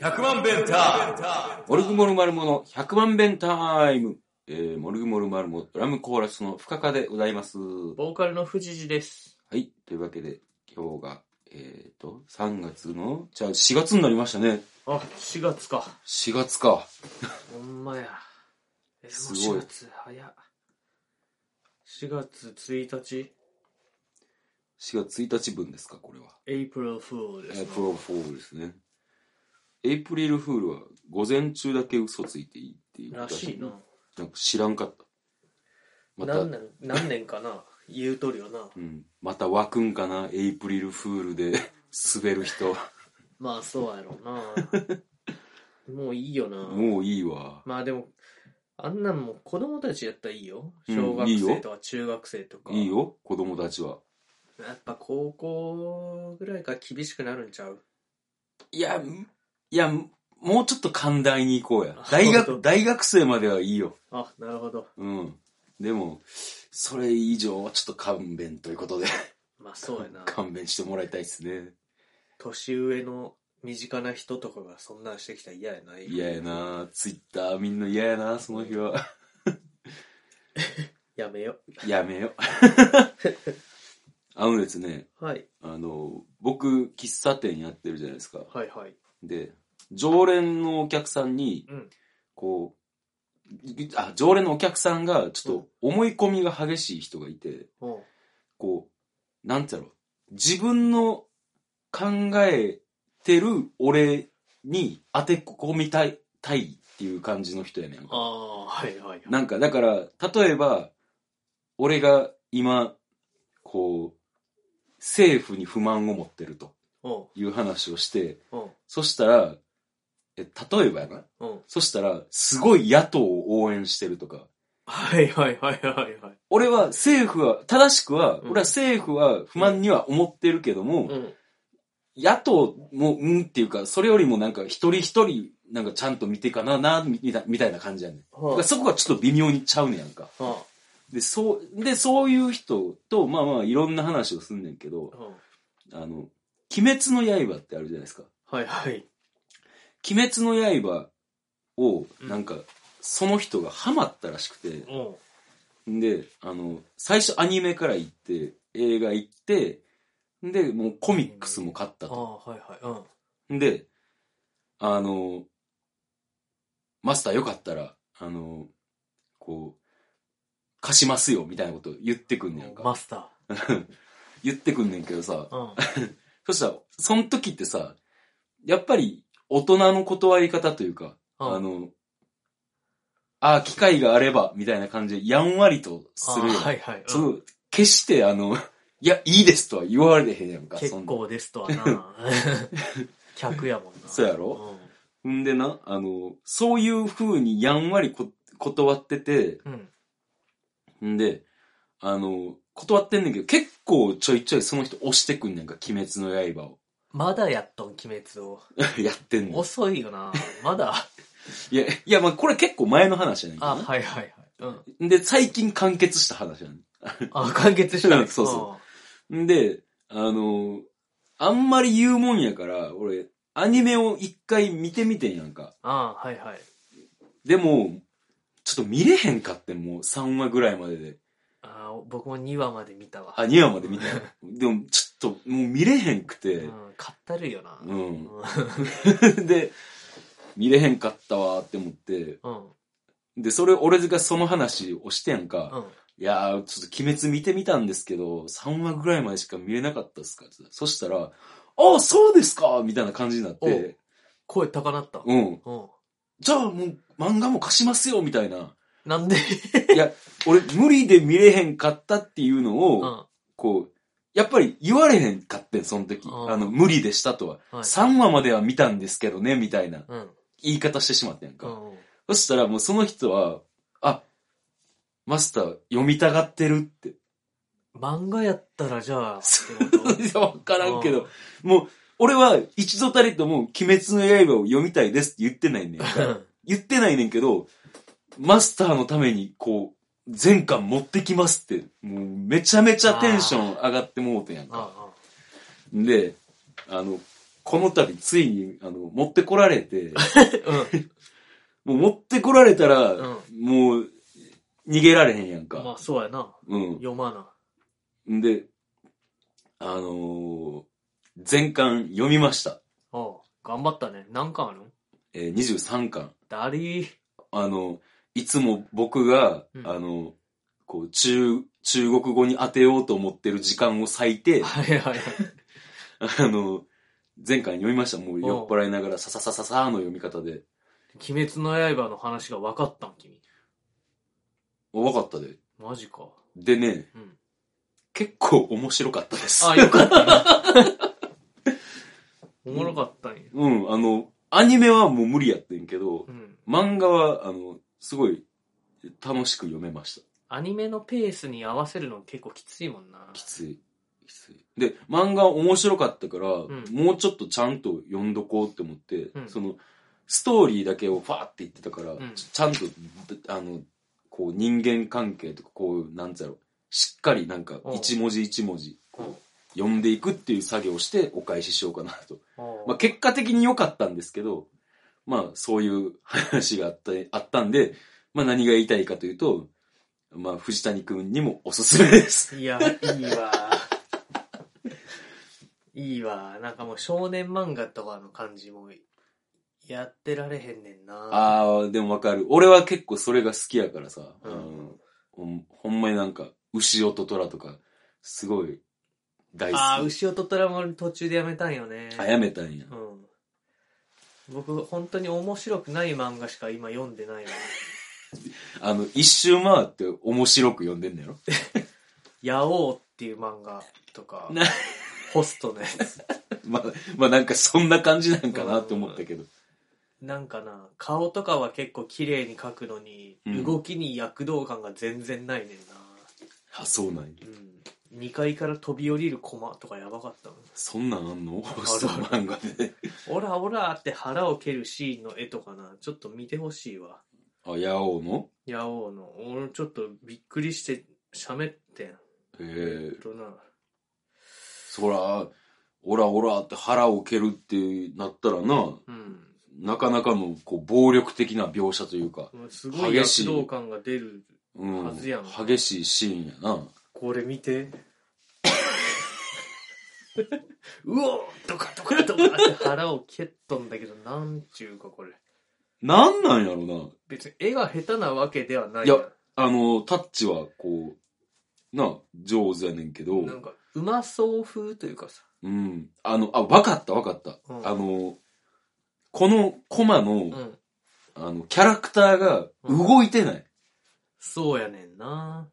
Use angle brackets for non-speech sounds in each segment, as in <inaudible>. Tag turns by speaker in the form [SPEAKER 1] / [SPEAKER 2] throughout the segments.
[SPEAKER 1] 100万弁タイムモルグモルマルモの100万弁タイム、えー、モルグモルマルモドラムコーラスの深川でございます。は
[SPEAKER 2] ボーカルの藤次です。
[SPEAKER 1] い、というわけで今日が、えーと、3月の、じゃあ4月になりましたね。
[SPEAKER 2] あ、4月か。
[SPEAKER 1] 4月か。
[SPEAKER 2] ほんまや。え、
[SPEAKER 1] す
[SPEAKER 2] も
[SPEAKER 1] ご
[SPEAKER 2] う
[SPEAKER 1] い
[SPEAKER 2] 4月、早っ。4月1日、
[SPEAKER 1] 4月1日分ですか、これは。
[SPEAKER 2] エイプリルフールです
[SPEAKER 1] エ
[SPEAKER 2] ね
[SPEAKER 1] イプリルフールですね。エイプリルフールは午前中だけ嘘ついていいっていう
[SPEAKER 2] らしいな。
[SPEAKER 1] なんか知らんかった。また、
[SPEAKER 2] 何年、何年かな。言うとるよな。
[SPEAKER 1] うん。また湧くんかな、エイプリルフールで <laughs> 滑る人。
[SPEAKER 2] まあ、そうや
[SPEAKER 1] <laughs>
[SPEAKER 2] ろうな。もういいよな。
[SPEAKER 1] もういいわ。
[SPEAKER 2] まあでも、あんなんもう子供たちやったらいいよ。
[SPEAKER 1] うん
[SPEAKER 2] 小学
[SPEAKER 1] いいよ
[SPEAKER 2] 生とか中学生とか。
[SPEAKER 1] いいよ、子供たちは。
[SPEAKER 2] やっぱ高校ぐらいから厳しくなるんちゃう
[SPEAKER 1] いや、んいや、もうちょっと寛大に行こうや。大学、大学生まではいいよ。
[SPEAKER 2] あ、なるほど。
[SPEAKER 1] うん。でも、それ以上はちょっと勘弁ということで、
[SPEAKER 2] まあそうやな。
[SPEAKER 1] 勘弁してもらいたいですね。
[SPEAKER 2] 年上の身近な人とかがそんなんしてきたら嫌やな。
[SPEAKER 1] 嫌や。なツイッターみんな嫌やなその日は。
[SPEAKER 2] やめよ。
[SPEAKER 1] やめよ。 <laughs> あのですね、
[SPEAKER 2] はい。
[SPEAKER 1] あの、僕、喫茶店やってるじゃないですか。
[SPEAKER 2] はいはい。
[SPEAKER 1] で、常連のお客さんに、
[SPEAKER 2] うん
[SPEAKER 1] こう、あ、常連のお客さんが、ちょっと思い込みが激しい人がいて、
[SPEAKER 2] おう
[SPEAKER 1] こう、なんてやろう、自分の考えてる俺に当て込みたい、たいっていう感じの人やねんか。
[SPEAKER 2] ああ、はいはいはい。
[SPEAKER 1] なんか、だから、例えば、俺が今、こう、政府に不満を持ってると
[SPEAKER 2] おう
[SPEAKER 1] いう話をして、
[SPEAKER 2] おう
[SPEAKER 1] そしたら、え、例えばやな。
[SPEAKER 2] おう
[SPEAKER 1] そしたら、すごい野党を応援してるとか。
[SPEAKER 2] はいはいはいはいはい。
[SPEAKER 1] 俺は政府は、正しくは、
[SPEAKER 2] うん
[SPEAKER 1] 俺は政府は不満には思ってるけども、
[SPEAKER 2] うん。
[SPEAKER 1] 野党も、うんっていうか、それよりもなんか一人一人、なんかちゃんと見てかな、な、みたいみたいな感じやねん。だか
[SPEAKER 2] は
[SPEAKER 1] らそこがちょっと微妙にちゃうねやんか。
[SPEAKER 2] あ。は
[SPEAKER 1] で、そう、で、そういう人と、まあまあ、いろんな話をすんねんけど
[SPEAKER 2] あ。、うん
[SPEAKER 1] あの、鬼滅の刃ってあるじゃないですか。
[SPEAKER 2] はいはい。
[SPEAKER 1] 鬼滅の刃を、
[SPEAKER 2] うん
[SPEAKER 1] なんか、その人がハマったらしくて、
[SPEAKER 2] おうん
[SPEAKER 1] で、あの、最初アニメから行って、映画行って、んで、もうコミックスも買った
[SPEAKER 2] あ
[SPEAKER 1] と。
[SPEAKER 2] あ、はいはい。うん。
[SPEAKER 1] んで、あの、マスターよかったら、あの、こう、貸しますよ、みたいなこと言ってくんねやんか。
[SPEAKER 2] マスタ
[SPEAKER 1] 言ってくんねんけどさ、
[SPEAKER 2] ー。うん。
[SPEAKER 1] そしたら、その時ってさ、やっぱり大人の断り方というか、あの、ああ、機会があれば、みたいな感じで、やんわりとするや
[SPEAKER 2] あ
[SPEAKER 1] ん。
[SPEAKER 2] はいはい。うん
[SPEAKER 1] その、決してあの、いや、いいですとは言われへんやんか。
[SPEAKER 2] 結構ですとは
[SPEAKER 1] <laughs>
[SPEAKER 2] な。客やもんな。
[SPEAKER 1] そうやろそんんでな、あの、そういう風にやんわりこ断ってて、
[SPEAKER 2] うん。うん。
[SPEAKER 1] んで、あの、断ってんねんけど、結構ちょいちょいその人押してくんねんか、鬼滅の刃を。 <laughs>
[SPEAKER 2] まだやっとん、鬼滅を。
[SPEAKER 1] やってんの。
[SPEAKER 2] 遅いよな。
[SPEAKER 1] <laughs>
[SPEAKER 2] まだ。
[SPEAKER 1] いや、いや、まあ、これ結構前の話やねんけど
[SPEAKER 2] あ、
[SPEAKER 1] な。
[SPEAKER 2] はいはいはい。うん。
[SPEAKER 1] で、最近完結した話な
[SPEAKER 2] あ、完結した
[SPEAKER 1] うん
[SPEAKER 2] ね。
[SPEAKER 1] そうそんで、あのーあんまり言うもんやから、俺、アニメを一回見てみてんやんか。
[SPEAKER 2] うん。あはいはい。
[SPEAKER 1] でも、ちょっと見れへんかってんもう3話ぐらいまでで。
[SPEAKER 2] あ僕も2話まで見たわ。
[SPEAKER 1] あ、2話まで見たよ。でも、ちょっと、もう見れへんく
[SPEAKER 2] う
[SPEAKER 1] て
[SPEAKER 2] ん。、買ったるよな。
[SPEAKER 1] う。
[SPEAKER 2] うんん。
[SPEAKER 1] <laughs> で、見れへんかったわーって思って。
[SPEAKER 2] うん。
[SPEAKER 1] で、それ、俺がその話をしてやんか。
[SPEAKER 2] うん。
[SPEAKER 1] いやー、ちょっと鬼滅見てみたんですけど、3話ぐらいまでしか見れなかったっすかって言ったらそしたら、ああ、そうですかみたいな感じになって、
[SPEAKER 2] 声高なった。
[SPEAKER 1] うん。
[SPEAKER 2] うん。
[SPEAKER 1] じゃあもう漫画も貸しますよみたいな。
[SPEAKER 2] なんで
[SPEAKER 1] 俺無理で見れへんかったっていうのを、
[SPEAKER 2] うん。
[SPEAKER 1] こう、やっぱり言われへんかってん、その時。
[SPEAKER 2] うん
[SPEAKER 1] あの、無理でしたとは。
[SPEAKER 2] はい
[SPEAKER 1] 3話までは見たんですけどね、みたいな
[SPEAKER 2] うん。
[SPEAKER 1] 言い方してしまってんか。
[SPEAKER 2] うん。
[SPEAKER 1] そしたらもうその人は、あ、マスター読みたがってるって。
[SPEAKER 2] 漫画やったらじゃあ、
[SPEAKER 1] <laughs> いや、わからんけど。もう、俺は一度たりとも鬼滅の刃を読みたいですって言ってないねん <laughs>
[SPEAKER 2] う
[SPEAKER 1] か。
[SPEAKER 2] ん。
[SPEAKER 1] 言ってないねんけど、マスターのためにこう、全巻持ってきますって、もうめちゃめちゃテンション上がってもうてんやん
[SPEAKER 2] あ
[SPEAKER 1] か。で、あの、この度ついに、あの、持ってこられて、 <laughs> もう持ってこられたら、
[SPEAKER 2] うん
[SPEAKER 1] もう、逃げられへんやん
[SPEAKER 2] うん。ま
[SPEAKER 1] か。
[SPEAKER 2] あ、そうやな。
[SPEAKER 1] う
[SPEAKER 2] 読まな。
[SPEAKER 1] ん。で、あのー全巻読みました。
[SPEAKER 2] おう頑張ったね。何巻あるん
[SPEAKER 1] えー23巻。
[SPEAKER 2] だりー。
[SPEAKER 1] あの、いつも僕が、
[SPEAKER 2] うん
[SPEAKER 1] あの、こう、中、中国語に当てようと思ってる時間を割いて、
[SPEAKER 2] はいはいはい。
[SPEAKER 1] あの、前回読みました。もう酔っ払いながら、さささささーの読み方で。
[SPEAKER 2] 鬼滅の刃の話が分かったん、君。
[SPEAKER 1] わかったで。
[SPEAKER 2] マジか。
[SPEAKER 1] でね、
[SPEAKER 2] うん。
[SPEAKER 1] 結構面白かったです。
[SPEAKER 2] あ、よかったな。おもろかったんや。
[SPEAKER 1] <laughs> うん、あの、アニメはもう無理やってんけど
[SPEAKER 2] う、ん。
[SPEAKER 1] 漫画は、あの、すごい、楽しく読めました。
[SPEAKER 2] アニメのペースに合わせるの結構きついもんな。
[SPEAKER 1] きつい。きつい。で、漫画面白かったから、
[SPEAKER 2] ん
[SPEAKER 1] もうちょっとちゃんと読んどこうって思って、
[SPEAKER 2] うん
[SPEAKER 1] その、ストーリーだけをファーって言ってたから、
[SPEAKER 2] ん
[SPEAKER 1] ちちゃんと、あの、こう人間関係とか、こう、なんつうやろ、しっかりなんか
[SPEAKER 2] おう
[SPEAKER 1] 一文字一文字
[SPEAKER 2] おう
[SPEAKER 1] 読んでいくっていう作業をしてお返ししようかなと。
[SPEAKER 2] おう
[SPEAKER 1] まあ結果的に良かったんですけど、まあそういう話があった、 <laughs> あったんで、まあ何が言いたいかというと、まあ藤谷くんにもおすすめです。
[SPEAKER 2] いや、いいわ。 <laughs> いいわ。なんかもう少年漫画とかの感じもやってられへんねんな。
[SPEAKER 1] ああ、でもわかる。俺は結構それが好きやからさ、
[SPEAKER 2] うん
[SPEAKER 1] あのほんほんまになんか、牛音虎とか、すごい大好き。
[SPEAKER 2] ああ、牛音虎も途中でやめたんよね。
[SPEAKER 1] あ、やめたんや。
[SPEAKER 2] うん。僕、本当に面白くない漫画しか今読んでないわ。
[SPEAKER 1] あの、一周回って面白く読んでんのやろ <laughs>
[SPEAKER 2] ヤオウっていう漫画とか
[SPEAKER 1] な、
[SPEAKER 2] ホストのやつ。
[SPEAKER 1] <laughs> まあ、まあなんかそんな感じなんかなって思ったけど。
[SPEAKER 2] なんかな、顔とかは結構綺麗に描くのに、
[SPEAKER 1] うん
[SPEAKER 2] 動きに躍動感が全然ないねん
[SPEAKER 1] あ、そうなんや。
[SPEAKER 2] な。うん。2階から飛び降りる駒とかやばかったの。
[SPEAKER 1] そんなんあんのホ
[SPEAKER 2] る
[SPEAKER 1] スト漫画で。
[SPEAKER 2] オラオラって腹を蹴るシーンの絵とかな、ちょっと見てほしいわ。
[SPEAKER 1] あ、ヤオウの
[SPEAKER 2] ヤオウの。俺ちょっとびっくりして喋ってん。
[SPEAKER 1] ええ
[SPEAKER 2] えっとな。
[SPEAKER 1] そら、オラオラって腹を蹴るってなったらな、
[SPEAKER 2] うん。
[SPEAKER 1] なかなかのこう暴力的な描写というか、
[SPEAKER 2] もうすごい
[SPEAKER 1] 激しい
[SPEAKER 2] 躍動感が出る。
[SPEAKER 1] うん、
[SPEAKER 2] はずやん
[SPEAKER 1] 激しいシーンやな。
[SPEAKER 2] これ見て。 <laughs> うおーとかとかとかって腹を蹴っとんだけど、なんちゅうかこれ。
[SPEAKER 1] なんなんやろな。
[SPEAKER 2] 別に絵が下手なわけではない
[SPEAKER 1] いやあの、タッチはこう、な、上手やねんけど、
[SPEAKER 2] なんか、うまそう風というかさ。
[SPEAKER 1] うん。あの、あ、わかったわかった。
[SPEAKER 2] うん
[SPEAKER 1] あの、このコマの、
[SPEAKER 2] うん。
[SPEAKER 1] あの、キャラクターが動いてない。
[SPEAKER 2] そうやねんな。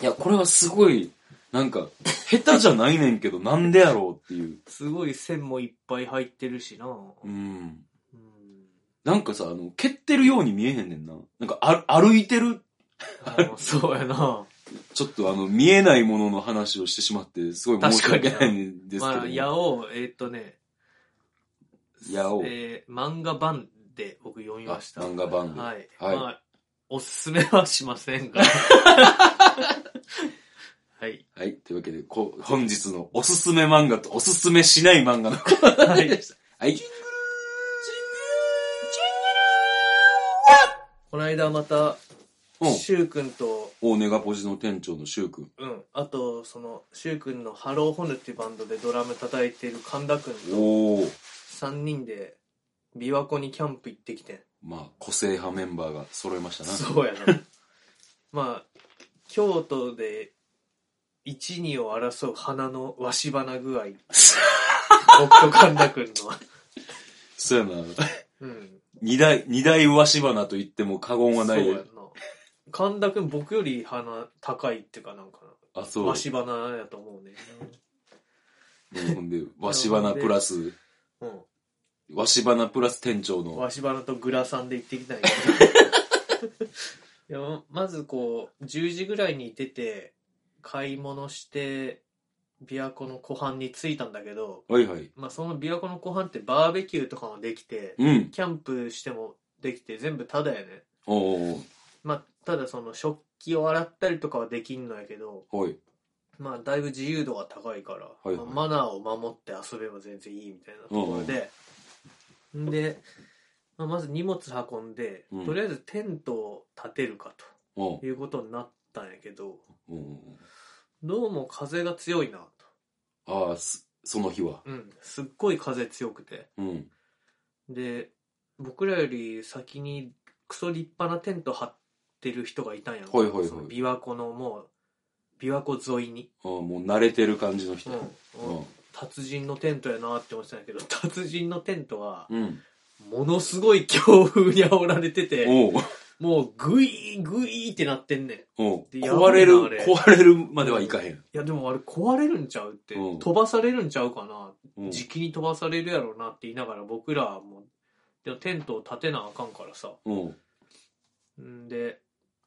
[SPEAKER 1] いや、これはすごい、なんか、下手じゃないねんけど、なんでやろうっていう。
[SPEAKER 2] すごい線もいっぱい入ってるしな。
[SPEAKER 1] うん。
[SPEAKER 2] うん。
[SPEAKER 1] なんかさ、あの、蹴ってるように見えへんねんな。なんか、あ歩いてる、
[SPEAKER 2] あのそうやな。
[SPEAKER 1] ちょっとあの、見えないものの話をしてしまって、すごい申し訳ないんですけど。
[SPEAKER 2] まあ、やおう、えーっとね、
[SPEAKER 1] やおう
[SPEAKER 2] えー漫画版で僕読みました。
[SPEAKER 1] あ漫画版で
[SPEAKER 2] はい。
[SPEAKER 1] はい
[SPEAKER 2] まあ、おすすめはしませ
[SPEAKER 1] <laughs>
[SPEAKER 2] んが。はい。
[SPEAKER 1] はい。というわけで、こ本日のおすすめ漫画とおすすめしない漫画のコーナーでした。はい。
[SPEAKER 2] この間また、
[SPEAKER 1] うん。
[SPEAKER 2] シュウくんと、
[SPEAKER 1] おネガポジの店長のシュウ君。
[SPEAKER 2] うん、あと、その、シュウくんのハローホヌっていうバンドでドラム叩いてる神田くんと
[SPEAKER 1] おー。
[SPEAKER 2] 3人で、琵琶湖にキャンプ行ってきてん。
[SPEAKER 1] まあ、個性派メンバーが揃いましたな。
[SPEAKER 2] そうやな。 <laughs> まあ、京都で、一二を争う花の鷲花具
[SPEAKER 1] <laughs>
[SPEAKER 2] 合。僕と神田くんの。
[SPEAKER 1] そうやな。
[SPEAKER 2] うん。
[SPEAKER 1] 二大、二大上し花と言っても過言はない
[SPEAKER 2] そう
[SPEAKER 1] で
[SPEAKER 2] やんな。神田くん僕より鼻高いっていうかなんか
[SPEAKER 1] あ、
[SPEAKER 2] な。
[SPEAKER 1] そう。
[SPEAKER 2] 鷲花やと思うね。
[SPEAKER 1] うんほんで、わし花プラス、
[SPEAKER 2] う
[SPEAKER 1] わし花プラス店長
[SPEAKER 2] ん。
[SPEAKER 1] の。
[SPEAKER 2] 鷲花とグラサンで行ってきたんや <laughs> けど。いやまずこう、10時ぐらいに出て、買い物して、琵琶湖の湖畔に着いたんだけど、
[SPEAKER 1] はいはい。
[SPEAKER 2] まあその琵琶湖の湖畔ってバーベキューとかもできて、
[SPEAKER 1] うん。
[SPEAKER 2] キャンプしてもできて全部タダやね。
[SPEAKER 1] おー
[SPEAKER 2] まあただその食器を洗ったりとかはできんのやけど、
[SPEAKER 1] おーおーはい。
[SPEAKER 2] まあ、だいぶ自由度が高いから、
[SPEAKER 1] はいはい
[SPEAKER 2] まあマナーを守って遊べば全然いいみたいなところで、んで、まあ、まず荷物運んで、
[SPEAKER 1] うん
[SPEAKER 2] とりあえずテントを建てるか
[SPEAKER 1] うん
[SPEAKER 2] ということになったんやけど、
[SPEAKER 1] うんうん。
[SPEAKER 2] どうも風が強いなと。
[SPEAKER 1] ああ、すその日は。
[SPEAKER 2] うん、すっごい風強くて。
[SPEAKER 1] うん。
[SPEAKER 2] で、僕らより先にクソ立派なテント張ってる人がいたんやんか
[SPEAKER 1] はいはいはい
[SPEAKER 2] その琵琶湖のもう、琵琶湖沿いに。
[SPEAKER 1] ああ、もう慣れてる感じの人。
[SPEAKER 2] うん達人のテントやなって思ってたんやけど、達人のテントは、
[SPEAKER 1] うん。うん。
[SPEAKER 2] ものすごい強風に煽られてて、
[SPEAKER 1] おう
[SPEAKER 2] もうグイーグイーってなってんねん。い
[SPEAKER 1] おう
[SPEAKER 2] で
[SPEAKER 1] 壊れる
[SPEAKER 2] やばいなあれ、
[SPEAKER 1] 壊れるまではいかへん。
[SPEAKER 2] やでもあれ壊れるんちゃうって、
[SPEAKER 1] うん
[SPEAKER 2] 飛ばされるんちゃうかな、
[SPEAKER 1] うん。
[SPEAKER 2] 時期に飛ばされるやろうなって言いながら僕らはもう、でもテントを立てなあかんからさ。
[SPEAKER 1] うん。
[SPEAKER 2] んで、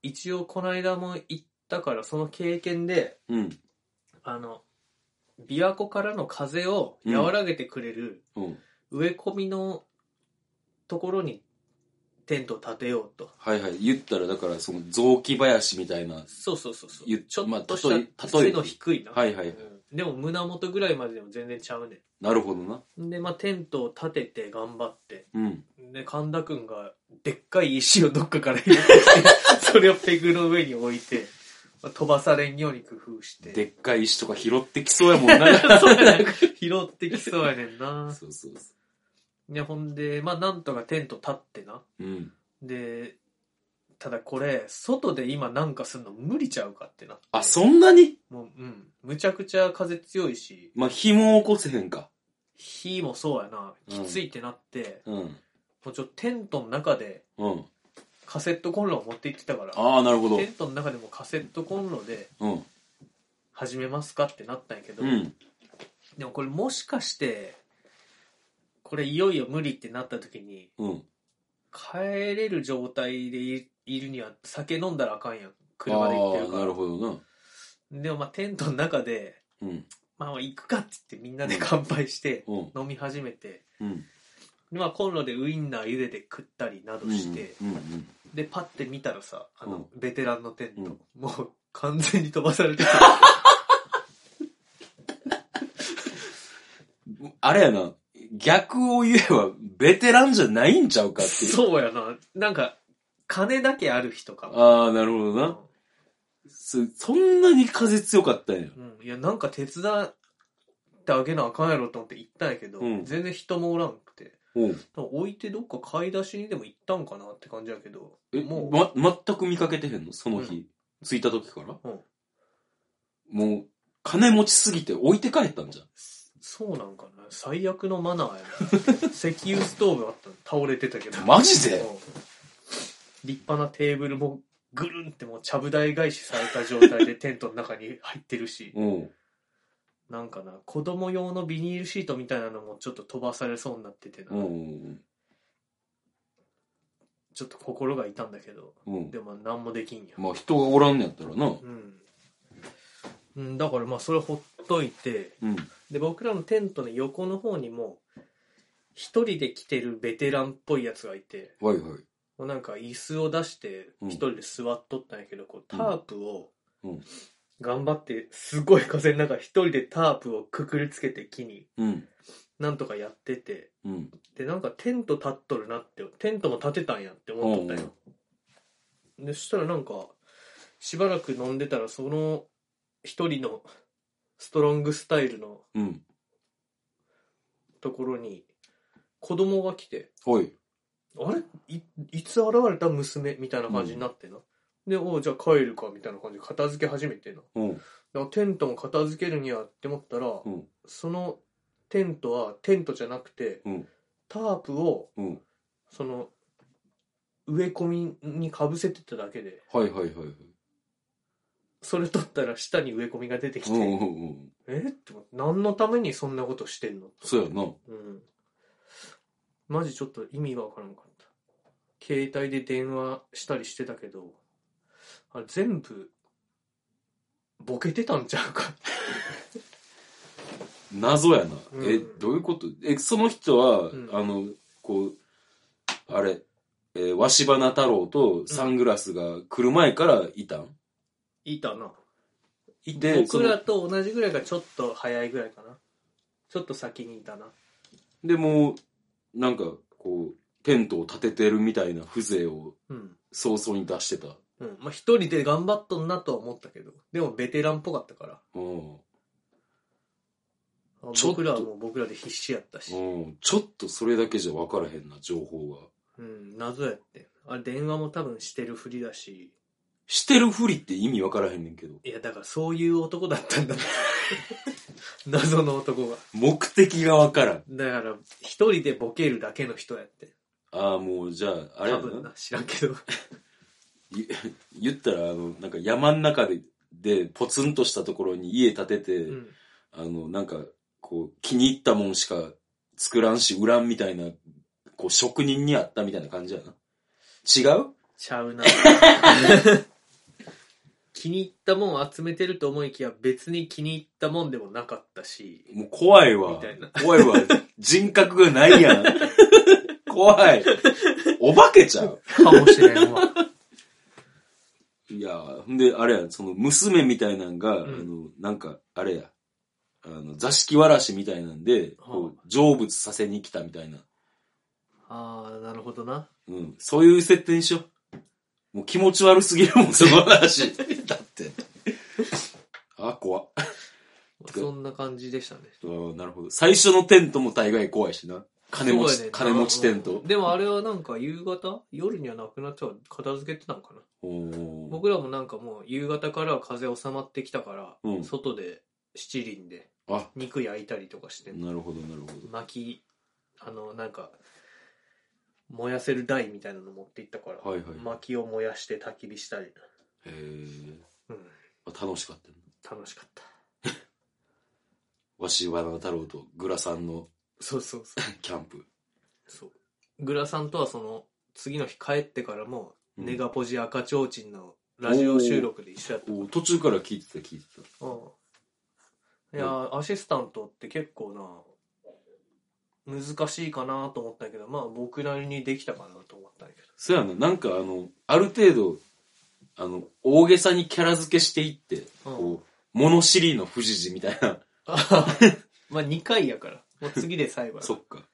[SPEAKER 2] 一応この間も行ったから、その経験で、
[SPEAKER 1] うん。
[SPEAKER 2] あの、琵琶湖からの風を和らげてくれる、
[SPEAKER 1] うん。
[SPEAKER 2] 植え込みのところにテントを建てようと。
[SPEAKER 1] はいはい。言ったら、だから、その、雑木林みたいな。
[SPEAKER 2] そうそうそうそう。
[SPEAKER 1] ゆ
[SPEAKER 2] ちょ
[SPEAKER 1] まあ
[SPEAKER 2] っと
[SPEAKER 1] 例え
[SPEAKER 2] した
[SPEAKER 1] 例え
[SPEAKER 2] 背の低いな。
[SPEAKER 1] はいはいはい
[SPEAKER 2] うんでも胸元ぐらいまででも全然ちゃうね
[SPEAKER 1] なるほどな。
[SPEAKER 2] ん。で、まあテントを建てて頑張って。
[SPEAKER 1] うん。
[SPEAKER 2] で、神田くんがでっかい石をどっかから入れて <laughs> きて、それをペグの上に置いて、まあ飛ばされんように工夫して。
[SPEAKER 1] でっかい石とか拾ってきそうやもん
[SPEAKER 2] <laughs>
[SPEAKER 1] な。
[SPEAKER 2] そうやねん拾ってきそうやねんな。
[SPEAKER 1] そうそうそ
[SPEAKER 2] で、ほんで、まあなんとかテント立ってな。
[SPEAKER 1] う。うん。
[SPEAKER 2] で、ただこれ、外で今なんかするの無理ちゃうかってなって。
[SPEAKER 1] あ、そんなに
[SPEAKER 2] もう、うん。むちゃくちゃ風強いし、
[SPEAKER 1] まあ、火も起こせへんか。
[SPEAKER 2] 火もそうやな、
[SPEAKER 1] う
[SPEAKER 2] き
[SPEAKER 1] ん
[SPEAKER 2] ついってなって、
[SPEAKER 1] うん。
[SPEAKER 2] もうちょっとテントの中で
[SPEAKER 1] うん。
[SPEAKER 2] カセットコンロを持って行ってたから、
[SPEAKER 1] ああ、なるほど
[SPEAKER 2] テ。ントの中でもカセットコンロで
[SPEAKER 1] うん。
[SPEAKER 2] 始めますかってなったんやけど、
[SPEAKER 1] うん。
[SPEAKER 2] でもこれもしかして、これいよいよ無理ってなった時に、
[SPEAKER 1] うん。
[SPEAKER 2] 帰れる状態でいいるには酒飲んだらあかんやん。車で行ってる
[SPEAKER 1] ああ
[SPEAKER 2] か
[SPEAKER 1] な
[SPEAKER 2] ら
[SPEAKER 1] る。ほどな。
[SPEAKER 2] でもまあテントの中で、
[SPEAKER 1] うん。
[SPEAKER 2] まあまあ行くかって言ってみんなで乾杯して
[SPEAKER 1] うん。
[SPEAKER 2] 飲み始めて、
[SPEAKER 1] うん。
[SPEAKER 2] でまあコンロでウインナー茹でて食ったりなどして、
[SPEAKER 1] うん。うん。
[SPEAKER 2] でパッて見たらさ、あの、ベテランのテント、
[SPEAKER 1] うん
[SPEAKER 2] もう完全に飛ば
[SPEAKER 1] <laughs>
[SPEAKER 2] されてて、
[SPEAKER 1] うんあれやな。逆を言えば、ベテランじゃないんちゃうかっていう。
[SPEAKER 2] <laughs> そうやな、なんか金だけある人かも。
[SPEAKER 1] ああ、なるほどな。そ、そんなに風強かったんや。
[SPEAKER 2] うん、いやなんか手伝ってあげなあかんやろと思って行ったんやけど、
[SPEAKER 1] うん
[SPEAKER 2] 全然人もおらんくて、
[SPEAKER 1] おう
[SPEAKER 2] 多分置いてどっか買い出しにでも行ったんかなって感じやけど、
[SPEAKER 1] え、
[SPEAKER 2] もう
[SPEAKER 1] もう、ま、全く見かけてへんのその日。着いた時から
[SPEAKER 2] うん
[SPEAKER 1] もう、金持ちすぎて置いて帰ったんじゃん。
[SPEAKER 2] そうなんかな最悪のマナーや
[SPEAKER 1] <laughs>
[SPEAKER 2] な石油ストーブあったの倒れてたけど
[SPEAKER 1] マジで
[SPEAKER 2] うん立派なテーブルもぐるんってもうちゃぶ台返しされた状態でテントの中に入ってるし
[SPEAKER 1] うん。
[SPEAKER 2] なんかな子供用のビニールシートみたいなのもちょっと飛ばされそうになっててな、
[SPEAKER 1] うん。
[SPEAKER 2] ちょっと心が痛んだけど
[SPEAKER 1] うん。
[SPEAKER 2] でも何もできんや
[SPEAKER 1] まあ人がおらんのやったらな。
[SPEAKER 2] うん、うん、だからまあそれほっといて
[SPEAKER 1] うん。
[SPEAKER 2] で僕らのテントの横の方にも一人で来てるベテランっぽいやつがいて
[SPEAKER 1] はいはい。
[SPEAKER 2] もうなんか椅子を出して
[SPEAKER 1] うん
[SPEAKER 2] 一人で座っとったんやけど、こうタープを
[SPEAKER 1] うん
[SPEAKER 2] 頑張ってすごい風の中一人でタープをくくりつけて木に
[SPEAKER 1] うん。
[SPEAKER 2] なんとかやってて
[SPEAKER 1] うん。
[SPEAKER 2] でなんかテント立っとるなってテントも立てたんやって思っとったんよ、でそしたらなんかしばらく飲んでたらその一人のストロングスタイルの
[SPEAKER 1] うん。
[SPEAKER 2] ところに子供が来て
[SPEAKER 1] はい。
[SPEAKER 2] あれいいつ現れた娘みたいな感じになってな。で、おう、じゃあ帰るかみたいな感じで片付け始めてな。だか
[SPEAKER 1] うん。
[SPEAKER 2] らテントも片付けるにはって思ったら、
[SPEAKER 1] うん
[SPEAKER 2] そのテントはテントじゃなくて、
[SPEAKER 1] うん
[SPEAKER 2] タープを、
[SPEAKER 1] うん
[SPEAKER 2] その、植え込みにかぶせてただけで、
[SPEAKER 1] はいはいはいはい。
[SPEAKER 2] それ取ったら下に植え込みが出てき
[SPEAKER 1] うんうん
[SPEAKER 2] て、
[SPEAKER 1] うん。
[SPEAKER 2] えって思って何のためにそんなことしてんの
[SPEAKER 1] そうやな。
[SPEAKER 2] うん。マジちょっと意味がわからんかった。携帯で電話したりしてたけど、あれ全部、ボケてたんちゃうか。
[SPEAKER 1] 謎やな。
[SPEAKER 2] うん
[SPEAKER 1] え、どういうことえ、その人は、
[SPEAKER 2] うん
[SPEAKER 1] あの、こう、あれ、えー、わしばな太郎とサングラスが来る前からいたん、
[SPEAKER 2] いたな。
[SPEAKER 1] で
[SPEAKER 2] 僕らと同じぐらいがちょっと早いぐらいかなちょっと先にいたな
[SPEAKER 1] でもうなんかこうテントを立ててるみたいな風情を
[SPEAKER 2] うん
[SPEAKER 1] 早々に出してた
[SPEAKER 2] うんまあ一人で頑張っとんなとは思ったけどでもベテランっぽかったから
[SPEAKER 1] うん
[SPEAKER 2] あ
[SPEAKER 1] ちょっと
[SPEAKER 2] 僕らはもう僕らで必死やったし
[SPEAKER 1] うんちょっとそれだけじゃ分からへんな情報が
[SPEAKER 2] うん謎やってあれ電話も多分してるふりだし
[SPEAKER 1] してるふりって意味分からへんねんけど
[SPEAKER 2] いやだからそういう男だったんだ <laughs> 謎の男が
[SPEAKER 1] 目的が分からん
[SPEAKER 2] だから一人でボケるだけの人やって
[SPEAKER 1] ああもうじゃああれ
[SPEAKER 2] 多
[SPEAKER 1] や
[SPEAKER 2] 分
[SPEAKER 1] な
[SPEAKER 2] な知らんけど
[SPEAKER 1] い言ったらあのなんか山ん中ででポツンとしたところに家建てて、
[SPEAKER 2] うん
[SPEAKER 1] あのなんかこう気に入ったもんしか作らんし売らんみたいなこう職人にあったみたいな感じやな違う
[SPEAKER 2] ちゃ
[SPEAKER 1] <laughs>
[SPEAKER 2] うな気に入ったもん集めてると思いきや別に気に入ったもんでもなかったし
[SPEAKER 1] もう怖いわ
[SPEAKER 2] みたいな
[SPEAKER 1] 怖い
[SPEAKER 2] <laughs>
[SPEAKER 1] わ人格がないやん怖いお化けちゃう
[SPEAKER 2] かもしれんわ
[SPEAKER 1] いやーほんであれやその娘みたいなんが、
[SPEAKER 2] うん
[SPEAKER 1] あのなんかあれやあの座敷わらしみたいなんで、こ
[SPEAKER 2] は
[SPEAKER 1] う成仏させに来たみたいな
[SPEAKER 2] <laughs> ああなるほどな
[SPEAKER 1] うん、そういう設定にしよう。もう気持ち悪すぎる <laughs> もん、その話。だって。あ、怖っ
[SPEAKER 2] そんな感じでしたね
[SPEAKER 1] うんなるほど。最初のテントも大概怖いしな。金持
[SPEAKER 2] そ
[SPEAKER 1] ち、
[SPEAKER 2] うやねんな
[SPEAKER 1] 金持ちテン
[SPEAKER 2] う
[SPEAKER 1] ト
[SPEAKER 2] ん。でもあれはなんか夕方夜にはなくなっちゃう片付けてたのかな
[SPEAKER 1] おー
[SPEAKER 2] 僕らもなんかもう夕方からは風収まってきたから、
[SPEAKER 1] うん
[SPEAKER 2] 外で七輪で
[SPEAKER 1] あ、
[SPEAKER 2] 肉焼いたりとかして
[SPEAKER 1] なるほど、なるほど。
[SPEAKER 2] 薪あのなんか燃やせる台みたいなの持って行ったから、
[SPEAKER 1] はいはい
[SPEAKER 2] 薪を燃やして焚き火したり、
[SPEAKER 1] へえ。
[SPEAKER 2] うん、
[SPEAKER 1] あ楽しかったな。
[SPEAKER 2] 楽しかった
[SPEAKER 1] わし、わな太郎とグラさんの
[SPEAKER 2] そうそうそう
[SPEAKER 1] キャンプ。
[SPEAKER 2] そうグラさんとはその次の日帰ってからも
[SPEAKER 1] うん
[SPEAKER 2] ネガポジ赤ちょうちんのラジオ収録で一緒やった、
[SPEAKER 1] おー途中から聞いてた、聞いてた。
[SPEAKER 2] うんいやーアシスタントって結構な難しいかなと思ったけどまあ僕なりにできたかなと思ったんやけど
[SPEAKER 1] そやな、なんかあの、ある程度、あの、大げさにキャラ付けしていって、
[SPEAKER 2] うん
[SPEAKER 1] こう、物知りの富士寺みたいな。
[SPEAKER 2] <laughs>
[SPEAKER 1] <laughs>
[SPEAKER 2] まあ2回やからもう次で最後や
[SPEAKER 1] そっか。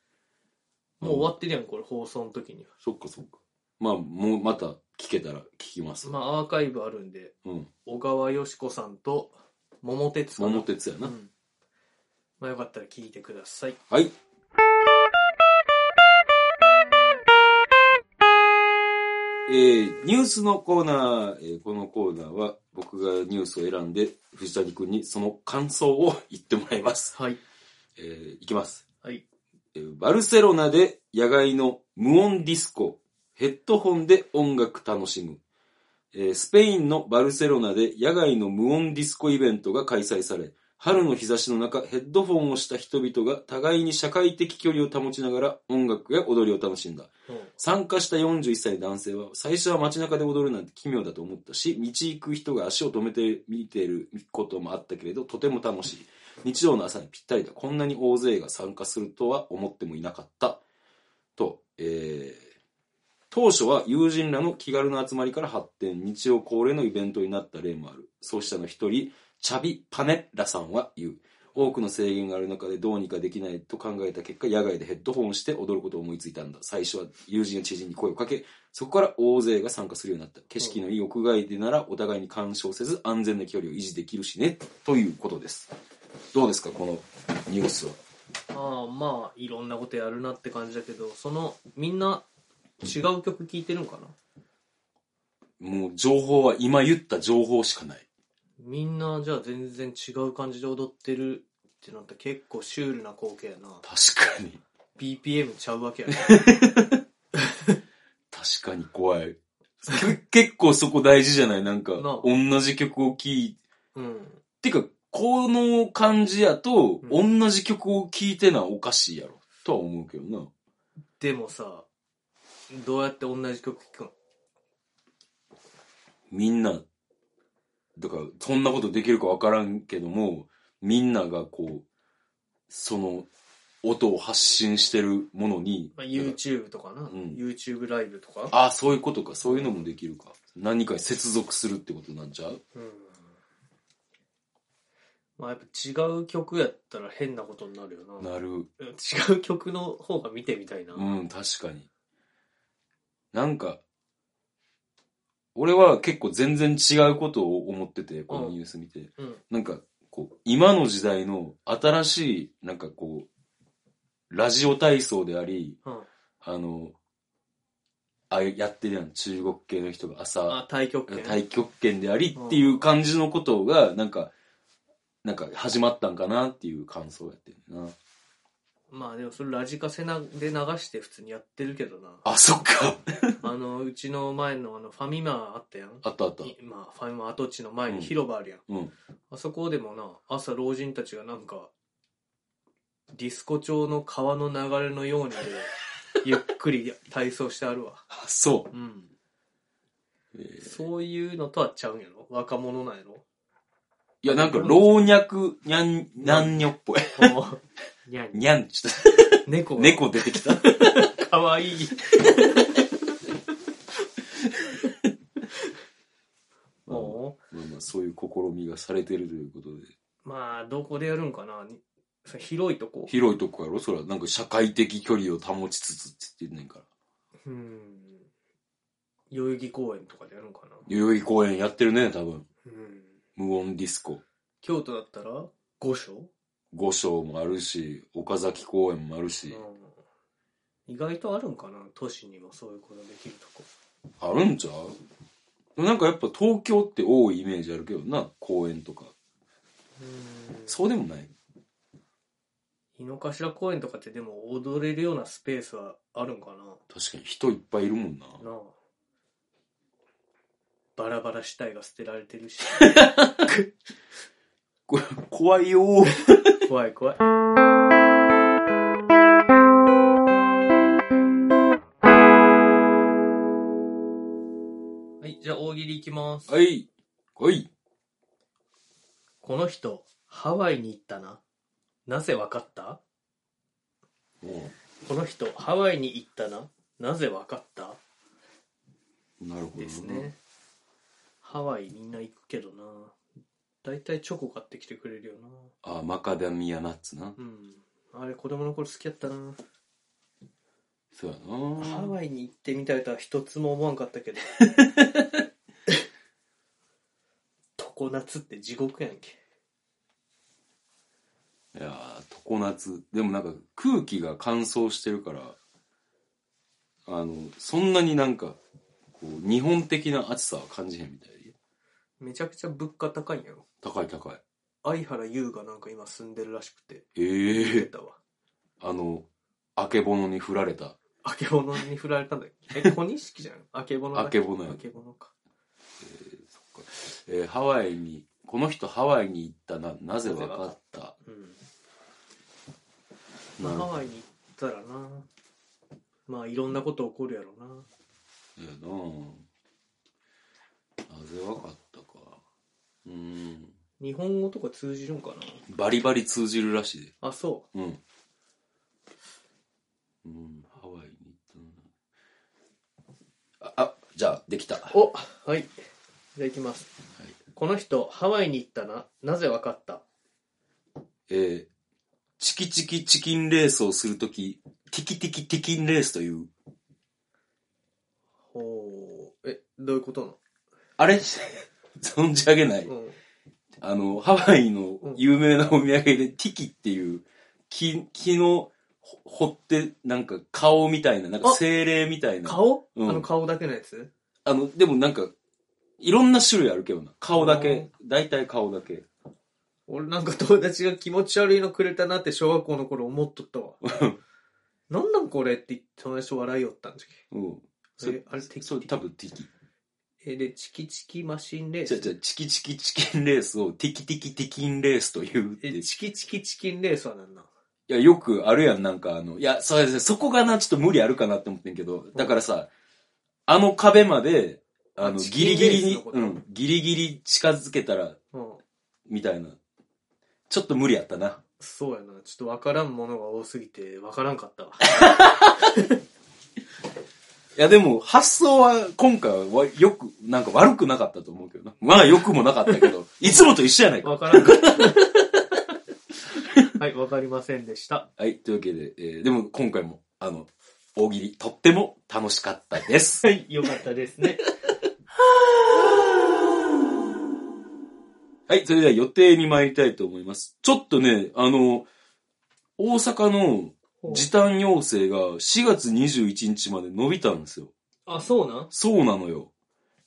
[SPEAKER 2] もう終わってるやんこれ放送の時には
[SPEAKER 1] そっかそっか。まあ、もうまた聞けたら聞きます。
[SPEAKER 2] まあアーカイブあるんで
[SPEAKER 1] うん。
[SPEAKER 2] 小川よしこさんと桃鉄かな
[SPEAKER 1] 桃鉄やな。
[SPEAKER 2] うんまあよかったら聞いてください
[SPEAKER 1] はい。えー、ニュースのコーナー、えーこのコーナーは僕がニュースを選んで藤谷くんにその感想を言ってもらいます。
[SPEAKER 2] はい
[SPEAKER 1] えー、いきます。
[SPEAKER 2] はい
[SPEAKER 1] えーバルセロナで野外の無音ディスコ、ヘッドホンで音楽楽しむ。えースペインのバルセロナで野外の無音ディスコイベントが開催され、春の日差しの中、ヘッドフォンをした人々が互いに社会的距離を保ちながら音楽や踊りを楽しんだ。
[SPEAKER 2] うん
[SPEAKER 1] 参加した41歳の男性は最初は街中で踊るなんて奇妙だと思ったし道行く人が足を止めて見ていることもあったけれどとても楽しい日曜の朝にぴったりだこんなに大勢が参加するとは思ってもいなかったと、えー当初は友人らの気軽な集まりから発展日曜恒例のイベントになった例もある創始者の一人チャビ・パネッラさんは言う多くの制限がある中でどうにかできないと考えた結果野外でヘッドホンをして踊ることを思いついたんだ最初は友人や知人に声をかけそこから大勢が参加するようになった景色のいい屋外でならお互いに干渉せず安全な距離を維持できるしねということですどうですかこのニュースは
[SPEAKER 2] ああまあいろんなことやるなって感じだけどそのみんな違う曲聴いてるんかな
[SPEAKER 1] もう情報は今言った情報しかない
[SPEAKER 2] みんなじゃあ全然違う感じで踊ってるってなったら結構シュールな光景やな
[SPEAKER 1] 確かに
[SPEAKER 2] BPM ちゃうわ
[SPEAKER 1] <laughs>
[SPEAKER 2] けやね
[SPEAKER 1] 確かに怖いけ結構そこ大事じゃないなんか
[SPEAKER 2] なあ
[SPEAKER 1] 同じ曲を聴いて
[SPEAKER 2] うん
[SPEAKER 1] てか、この感じやと、
[SPEAKER 2] う
[SPEAKER 1] 同じ曲を聴いてなおかしいやろ。とは思うけどな。
[SPEAKER 2] でもさどうやって同じ曲聴くの
[SPEAKER 1] みんな、だから、そんなことできるかわからんけども、みんながこう、その、音を発信してるものに、
[SPEAKER 2] まあ YouTube とかな、
[SPEAKER 1] うん
[SPEAKER 2] YouTube ライブとか、
[SPEAKER 1] ああ、そういうことか、そういうのもできるか。何かに接続するってことなんちゃう
[SPEAKER 2] うん、まあやっぱ違う曲やったら変なことになるよな。
[SPEAKER 1] なる。
[SPEAKER 2] 違う曲の方が見てみたいな。
[SPEAKER 1] うん、確かに。なんか、俺は結構全然違うことを思ってて、このニュース見て。
[SPEAKER 2] うん
[SPEAKER 1] なんか、こう、今の時代の新しい、なんかこう、ラジオ体操であり、
[SPEAKER 2] うん
[SPEAKER 1] あの、あやってるやん、中国系の人が朝、
[SPEAKER 2] あ、対局権。
[SPEAKER 1] 太極拳でありっていう感じのことが、なんか、なんか始まったんかなっていう感想やってるな。
[SPEAKER 2] まあでもそれラジカセなで流して普通にやってるけどな。
[SPEAKER 1] あ、そっか。
[SPEAKER 2] あの、うちの前のあのファミマあったやん。
[SPEAKER 1] あったあった。
[SPEAKER 2] いまあ、ファミマ跡地の前
[SPEAKER 1] うん
[SPEAKER 2] に広場あるやん。
[SPEAKER 1] うん。
[SPEAKER 2] あそこでもな、朝老人たちがなんか、ディスコ調の川の流れのように、ゆっくり <laughs> 体操してあるわ。
[SPEAKER 1] あ、そ
[SPEAKER 2] うん。
[SPEAKER 1] う。えー
[SPEAKER 2] そういうのとはちゃうんやろ若者なんや
[SPEAKER 1] <laughs>
[SPEAKER 2] ろ
[SPEAKER 1] いや、なんか、老若、にゃん、にゃんにょっぽい。 <laughs>
[SPEAKER 2] こうにゃん
[SPEAKER 1] にゃん、ちょっ
[SPEAKER 2] 猫
[SPEAKER 1] と、<laughs>
[SPEAKER 2] が
[SPEAKER 1] 猫出て <laughs> きた。
[SPEAKER 2] かわいい。も
[SPEAKER 1] <laughs> まあまあ、そういう試みがされてるということで。
[SPEAKER 2] う、まあ、どこでやるんかな。にそれ広いとこ。
[SPEAKER 1] 広いとこやろそら、なんか社会的距離を保ちつつって言ってんねんから。
[SPEAKER 2] うん。代々木公園とかでやるんかな。
[SPEAKER 1] 代々木公園やってるね、多分。
[SPEAKER 2] うん。
[SPEAKER 1] 無音ディスコ。
[SPEAKER 2] 京都だったら五所、
[SPEAKER 1] 五章もあるし、岡崎公園もあるし、
[SPEAKER 2] うん、意外とあるんかな都市にもそういうことできるとこ
[SPEAKER 1] あるんちゃうでもなんかやっぱ東京って多いイメージあるけどな、公園とか。
[SPEAKER 2] うん
[SPEAKER 1] そうでもない。
[SPEAKER 2] 井の頭公園とかってでも踊れるようなスペースはあるんか
[SPEAKER 1] 確かに人いっぱいいるもんな。
[SPEAKER 2] ななあバラバラ死体が捨てられてるし
[SPEAKER 1] こ怖いよー。
[SPEAKER 2] 怖い怖いはいじゃあ大喜利いきま
[SPEAKER 1] <laughs>
[SPEAKER 2] す
[SPEAKER 1] はい。はい。
[SPEAKER 2] この人、ハワイに行ったな。なぜわかった
[SPEAKER 1] お
[SPEAKER 2] この人、ハワイに行ったな。なぜわかった
[SPEAKER 1] うなるほど。
[SPEAKER 2] ですね。。ハワイみんな行くけどな。だいたいチョコ買ってきてくれるよな。
[SPEAKER 1] あ、マカダミアナッツな。
[SPEAKER 2] うん。あれ、子供の頃好きやったな。
[SPEAKER 1] そうやな。
[SPEAKER 2] ハワイに行ってみたいとは一つも思わんかった <laughs> けど。常夏って地獄やんけ。
[SPEAKER 1] いやー、常夏。でもなんか空気が乾燥してるから、あの、そんなになんか、こう、日本的な暑さは感じへんみたいで。
[SPEAKER 2] めちゃくちゃ物価高いんやろ。
[SPEAKER 1] 高い高い。
[SPEAKER 2] 相原優がなんか今住んでるらしくて。
[SPEAKER 1] ええ
[SPEAKER 2] 言ってたわ。
[SPEAKER 1] あの、あけぼのに振られた。
[SPEAKER 2] あけぼのに振られたんだっけえ、小錦じゃんあけぼのだ
[SPEAKER 1] あけぼのや
[SPEAKER 2] あ。けぼのか。
[SPEAKER 1] そっかえーハワイに、この人ハワイに行ったな、なぜわかった。
[SPEAKER 2] うん。
[SPEAKER 1] なる
[SPEAKER 2] ハ
[SPEAKER 1] ほ
[SPEAKER 2] ワイに行ったらな。まあ、いろんなこと起こるやろうな。
[SPEAKER 1] ど。やななぜわかったか。うーん。
[SPEAKER 2] 日本語とか通じるんか
[SPEAKER 1] バリバリ通じるらしいで。
[SPEAKER 2] なあ、そ
[SPEAKER 1] うん。うん、ハワイに行ったな。あ、あ、じゃあ、できた。
[SPEAKER 2] う。おはい。じゃあ行きます。
[SPEAKER 1] はい
[SPEAKER 2] この人、ハワイに行ったな。なぜわかった
[SPEAKER 1] えー、チキチキチキンレースをするとき、ティキティキティキンレースという。
[SPEAKER 2] ほう。え、どういうこと
[SPEAKER 1] あれ <laughs> 存じ上げない
[SPEAKER 2] な。のうん。
[SPEAKER 1] あの、ハワイの有名なお土産で、ティキっていう木、木のほ掘って、なんか顔みたいな、なんか
[SPEAKER 2] あ
[SPEAKER 1] 精霊みたいな。
[SPEAKER 2] 顔、
[SPEAKER 1] うん
[SPEAKER 2] あの顔だけのやつ
[SPEAKER 1] あの、でもなんか、いろんな種類あるけどな。顔だけ。大体顔だけ。
[SPEAKER 2] 俺なんか友達が気持ち悪いのくれたなって小学校の頃思っとったわ。なんなんこれって言って友達と笑いよったんじゃけ。
[SPEAKER 1] うん。そ
[SPEAKER 2] えあれテキ
[SPEAKER 1] そう
[SPEAKER 2] テキ
[SPEAKER 1] 多分ティキ。
[SPEAKER 2] え、で、チキチキマシンレー
[SPEAKER 1] じゃ
[SPEAKER 2] ス。
[SPEAKER 1] じゃチキチキチキンレースをティキティキティキンレースというって。
[SPEAKER 2] え、
[SPEAKER 1] い
[SPEAKER 2] チキチキチキンレースはなんなん
[SPEAKER 1] や、よくあるやん、なんかあの、いや、そうですね、そこがな、ちょっと無理あるかなって思ってんけど、だからさ、あの壁まで、あの、
[SPEAKER 2] あチ
[SPEAKER 1] ギリ
[SPEAKER 2] キン
[SPEAKER 1] ギ
[SPEAKER 2] レ
[SPEAKER 1] リ
[SPEAKER 2] ース
[SPEAKER 1] に
[SPEAKER 2] の、こと
[SPEAKER 1] うん、ギリギリ近づけたら、
[SPEAKER 2] うん。
[SPEAKER 1] みたいな。ちょっと無理やったな。
[SPEAKER 2] そうやな。ちょっとわからんものが多すぎて、わからんかったわ。
[SPEAKER 1] いや、でも、発想は、今回は、よく、
[SPEAKER 2] <laughs>
[SPEAKER 1] なんか悪くなかったと思うけどな。まあ、よくもなかったけど、いつもと一緒やないか。
[SPEAKER 2] わからんかった。はい、わかりませんでした。
[SPEAKER 1] はい、というわけで、えーでも今回も、あの、大喜利、とっても楽しかった
[SPEAKER 2] <laughs>
[SPEAKER 1] です。
[SPEAKER 2] はい、よかったですね。
[SPEAKER 1] はい、それでは予定に参りたいと思います。ちょっとね、あの、大阪の時短要請が4月21日まで伸びたんですよ。
[SPEAKER 2] あ、そうなん
[SPEAKER 1] そうなのよ。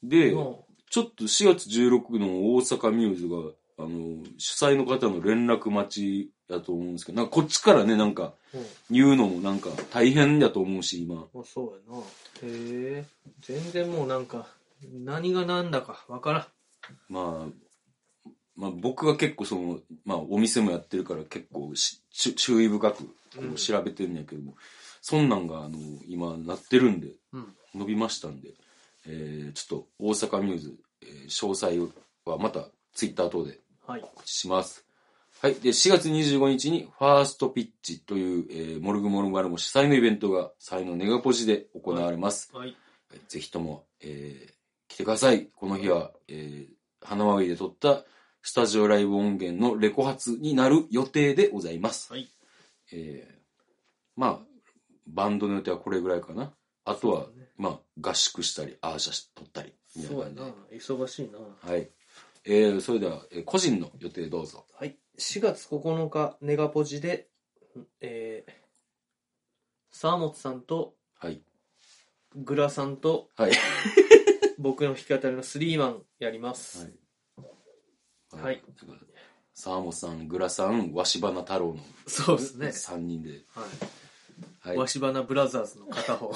[SPEAKER 1] で、
[SPEAKER 2] うん
[SPEAKER 1] ちょっと4月16の大阪ミューズが、あの、主催の方の連絡待ちやと思うんですけど、なんかこっちからね、なんか
[SPEAKER 2] うん
[SPEAKER 1] 言うのもなんか大変やと思うし、今。
[SPEAKER 2] あそうやな。へえ。全然もうなんか、何が何だかわからん。
[SPEAKER 1] まあ、まあ僕が結構その、まあお店もやってるから結構し注注意深くこ
[SPEAKER 2] うん
[SPEAKER 1] う調べてんやけども、そんなんがあの、今なってるんで、
[SPEAKER 2] うん。
[SPEAKER 1] 伸びましたんで、えー、ちょっと大阪ミューズ、えー詳細はまたツイッター等で
[SPEAKER 2] はい。
[SPEAKER 1] 告知します。はい。で、4月25日に、ファーストピッチという、えーモルグモルマルモ主催のイベントが、才能ネガポジで行われます。
[SPEAKER 2] はい。
[SPEAKER 1] はいぜひとも、えー来てください。この日は、えー、花輪で撮った、スタジオライブ音源のレコ発になる予定でございます。
[SPEAKER 2] はい。
[SPEAKER 1] えーまあ、バンドの予定はこれぐらいかな。あとは、
[SPEAKER 2] そうだね
[SPEAKER 1] まあ、合宿したり、アーシャし撮ったり、みたい
[SPEAKER 2] そ
[SPEAKER 1] な
[SPEAKER 2] うや
[SPEAKER 1] 感じ
[SPEAKER 2] な
[SPEAKER 1] で。。
[SPEAKER 2] 忙しいな。
[SPEAKER 1] はい。えーそれでは、えー個人の予定どうぞ。
[SPEAKER 2] はい。4月9日、ネガポジで、えー、沢本さんと、
[SPEAKER 1] はい。
[SPEAKER 2] グラさんと、
[SPEAKER 1] はい。
[SPEAKER 2] <laughs> 僕の弾き語りのスリーマンやります。
[SPEAKER 1] はい
[SPEAKER 2] はい。
[SPEAKER 1] だから沢本さん、グラさん、わしばな太郎の
[SPEAKER 2] そうですね。
[SPEAKER 1] 3人で。
[SPEAKER 2] は。
[SPEAKER 1] はい
[SPEAKER 2] わしばなブラザーズの
[SPEAKER 1] <laughs>
[SPEAKER 2] 片方。
[SPEAKER 1] お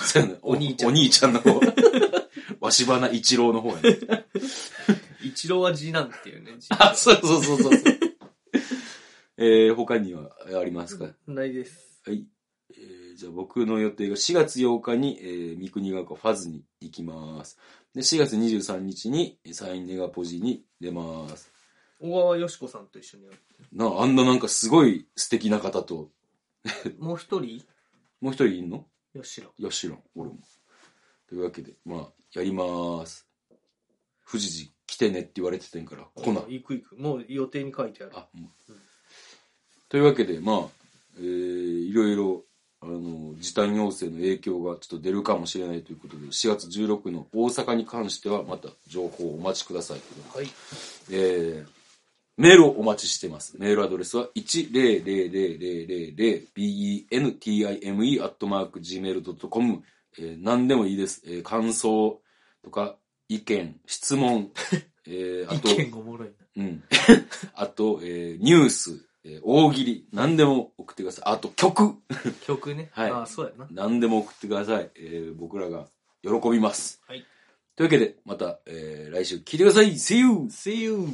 [SPEAKER 2] お
[SPEAKER 1] 兄
[SPEAKER 2] 兄
[SPEAKER 1] ち
[SPEAKER 2] ち
[SPEAKER 1] ゃ
[SPEAKER 2] ゃ
[SPEAKER 1] ん。
[SPEAKER 2] ん
[SPEAKER 1] お兄ちゃんの方。 <laughs> わしばな一郎の方やね。
[SPEAKER 2] 一郎は次男っていうね。次
[SPEAKER 1] <laughs> あ、そうそうそうそう。 <laughs> えー、他にはありますか、
[SPEAKER 2] ないです。
[SPEAKER 1] はい。えーじゃあ僕の予定が4月8日に、えー、三国学校ファズに行きます。で、4月23日にえーサインネガポジに出ます。
[SPEAKER 2] 小川よしこさんと一緒にやる。
[SPEAKER 1] な、あんななんかすごい素敵な方と、
[SPEAKER 2] もう一人
[SPEAKER 1] もう一人いんの
[SPEAKER 2] よしろ。
[SPEAKER 1] いや、知らん、俺も。というわけで、まあ、やりまーす。富士寺来てねって言われててんから、来ない。
[SPEAKER 2] 行く行く。もう予定に書いてある。
[SPEAKER 1] あ、もう
[SPEAKER 2] うん
[SPEAKER 1] というわけで、まあ、えー、いろいろ、あの、時短要請の影響がちょっと出るかもしれないということで、4月16の大阪に関しては、また情報をお待ちください。
[SPEAKER 2] はい。
[SPEAKER 1] えー、メールをお待ちしてます。メールアドレスは 1000000bentime.gmail.com、えー、何でもいいです。えー、感想とか意見、質
[SPEAKER 2] <laughs>
[SPEAKER 1] 問、えー、あと、
[SPEAKER 2] 意見がおもろいな。
[SPEAKER 1] うん。 <laughs> あと、えー、ニュース、えー大喜利、何でも送ってください。あと曲、
[SPEAKER 2] 曲ね。
[SPEAKER 1] はい
[SPEAKER 2] ああ、そうやな。
[SPEAKER 1] 何でも送ってください。えー、僕らが喜びます。
[SPEAKER 2] はい。
[SPEAKER 1] というわけで、また、えー、来週聞いてください。See you!
[SPEAKER 2] See you!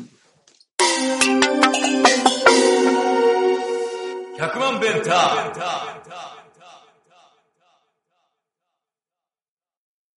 [SPEAKER 1] 100万ベンター